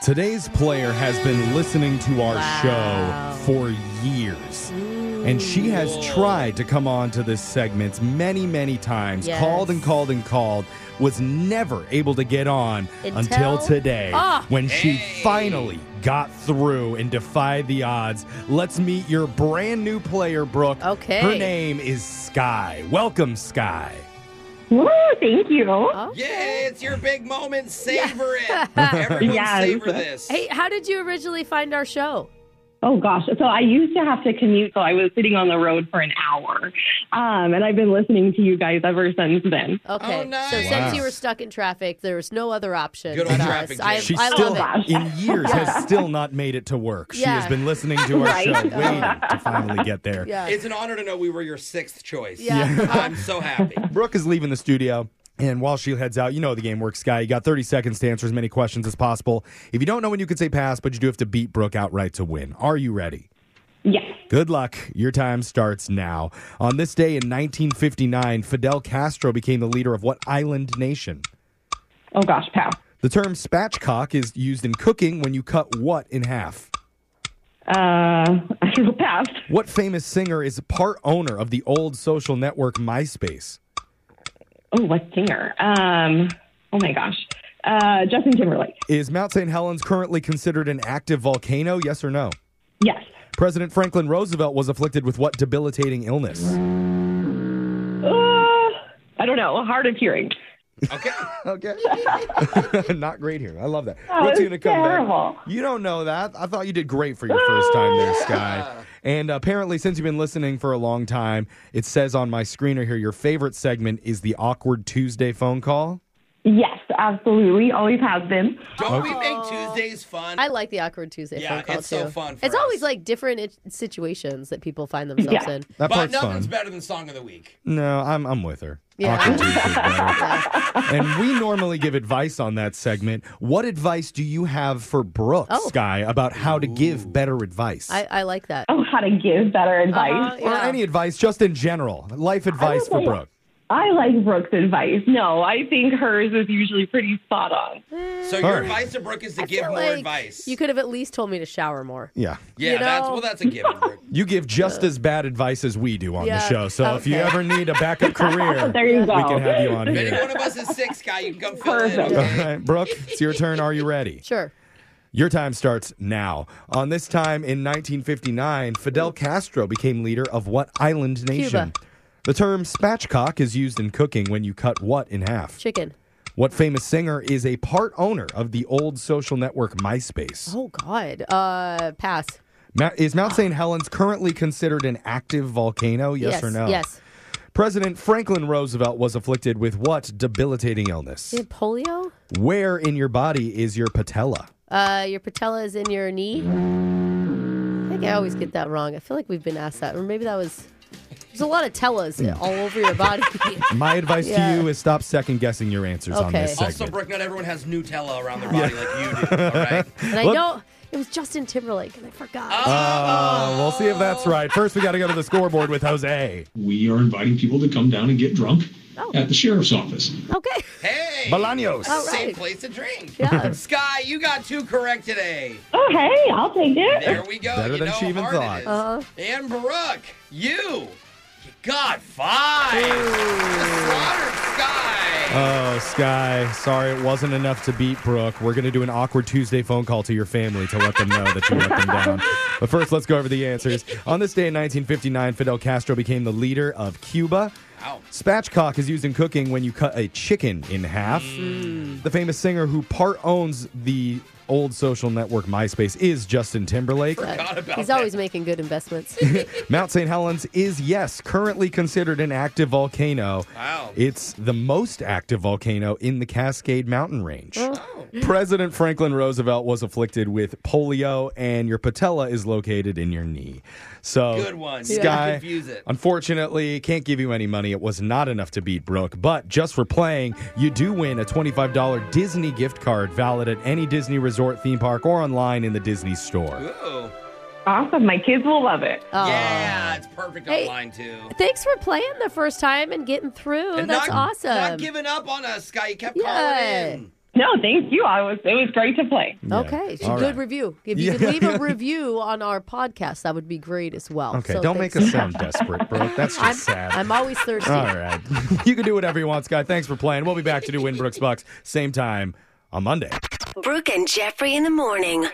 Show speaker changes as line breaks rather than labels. Today's player has been listening to our show
Wow.
for years. And she has tried to come on to this segment many, many times,
Yes.
called and called and called, was never able to get on
Until-
until, today
Ah.
when she finally got through and defied the odds. Let's meet your brand new player, Brooke.
Okay.
Her name is Sky. Welcome, Sky.
Woo, thank you.
Oh.
Yeah, it's your big moment. Savor it. Everyone
Yes.
savor this.
Hey, how did you originally find our show?
Oh gosh. So I used to have to commute, so I was sitting on the road for an hour. Um, and I've been listening to you guys ever since then.
Okay.
Oh, nice.
So since
Wow.
you were stuck in traffic, there was no other option.
Good old
but
traffic
us. I,
jam.
She
I
still,
love
love it.
in years, has still not made it to work. She
Yeah.
has been listening to our
Right.
show, waiting to finally get there.
it. Yeah.
It's an honor to know we were your sixth choice.
Yeah.
I'm so happy.
Brooke is leaving the studio. And while she heads out, you know how the game works, guy. You got 30 seconds to answer as many questions as possible. If you don't know when you can say pass, but you do have to beat Brooke outright to win. Are you ready?
Yes.
Good luck. Your time starts now. On this day in 1959, Fidel Castro became the leader of what island nation?
Oh gosh, pal.
The term spatchcock is used in cooking when you cut what in half?
Uh, I will pass.
What famous singer is part owner of the old social network MySpace?
Oh, what singer? Um, oh my gosh. Uh, Justin Timberlake.
Is Mount St. Helens currently considered an active volcano? Yes or no?
Yes.
President Franklin Roosevelt was afflicted with what debilitating illness?
Uh, I don't know. Hard of hearing.
Okay.
Okay. Not great here. I love that.
Oh,
What's
it's
gonna come back?
terrible.
You don't know that. I thought you did great for your first time there, Sky. And apparently, since you've been listening for a long time, it says on my screener here your favorite segment is the awkward Tuesday phone call.
Yes, absolutely. Always has been.
Don't we make Tuesdays fun?
I like the awkward Tuesday
Yeah,
phone call
it's so
too.
fun for
it's always
us.
like different it- situations that people find themselves
Yeah.
in.
That
but
part's
nothing's
fun.
better than Song of the Week.
No, I'm I'm with her.
Yeah.
Awkward Tuesday's better. and we normally give advice on that segment. What advice do you have for Brooke,
Oh.
Sky, about how to give better advice?
I, I like that.
Oh, how to give better advice.
Uh-huh,
or
yeah.
any advice just in general. Life advice for
like-
Brooke.
I like Brooke's advice. No, I think hers is usually pretty spot on.
So your
right.
advice to Brooke is to
I
give
feel
more
like
advice.
You could have at least told me to shower more.
Yeah.
yeah,
you
that's
know-
well that's a given, Brooke.
You give just as bad advice as we do on
Yeah,
the show. So if you
okay. Oh,
ever need a backup career,
There you go.
we can have you on
If any
here.
one of us is six, guy, you can come fill
Perfect.
in.
All
Okay?
right, Brooke, it's your turn. Are you ready?
Sure.
Your time starts now. On this time in 1959, Fidel Castro became leader of what island nation?
Cuba.
The term spatchcock is used in cooking when you cut what in half?
Chicken.
What famous singer is a part owner of the old social network MySpace?
Oh God. Uh, pass.
Ma- is Mount St. Helens currently considered an active volcano? Yes, or no?
Yes.
President Franklin Roosevelt was afflicted with what debilitating illness?
You had polio.
Where in your body is your patella?
Uh, your patella is in your knee. I think I always get that wrong. I feel like we've been asked that, or maybe that was. There's a lot of tellas all over your body.
My advice
Yeah.
to you is stop second guessing your answers on
Okay.
this segment.
Also, Brooke, not everyone has Nutella around their body like you do. All right.
and I
Look-
know it was Justin Timberlake, and I forgot.
Uh, we'll see if that's right. First, we got to go to the scoreboard with Jose.
we are inviting people to come down and get drunk
Oh.
at the sheriff's office.
Uh, okay.
Hey.
Bolaños.
All right.
Same place to drink.
Yeah.
Sky, you got two correct today.
Oh, hey, I'll take it.
There we go.
Better
you
than
know
she even
how hard
thought.
it is.
Uh-huh.
And Brooke, you, you got five. Just slaughtered Sky.
Oh, Sky, sorry it wasn't enough to beat Brooke. We're going to do an awkward Tuesday phone call to your family to let them know that you let them down. But first, let's go over the answers. On this day in 1959, Fidel Castro became the leader of Cuba.
Wow.
Spatchcock is used in cooking when you cut a chicken in half. The famous singer who part owns the old social network MySpace is Justin Timberlake.
Forgot about
He's
that.
always making good investments.
Mount St. Helens is, yes, currently considered an active volcano.
Wow.
It's the most active volcano in the Cascade Mountain Range. President Franklin Roosevelt was afflicted with polio, and your patella is located in your knee. So,
Good one. Yeah.
Sky,
Don't confuse it.
unfortunately, can't give you any money. It was not enough to beat Brooke, but just for playing, you do win a $25 Disney gift card valid at any Disney resort, theme park, or online in the Disney store.
Ooh.
Oh.
Awesome. My kids will love it.
Aw.
Yeah, it's perfect
Hey.
online too.
Thanks for playing the first time and getting through.
And
Oh, That's
not,
awesome.
Not giving up on us, Sky. You kept
Yeah.
calling in.
No, thank you. I was. It was great to play.
Yeah.
Okay, it's a
All
good
right.
review. If you could
Yeah.
leave a review on our podcast, that would be great as well.
Okay,
So
don't make
thanks.
us sound desperate, bro. That's just
I'm,
sad.
I'm always thirsty.
All right. you can do whatever you want, Scott. Thanks for playing. We'll be back to do Winbrook's Bucks same time on Monday.
Brooke and Jeffrey in the morning.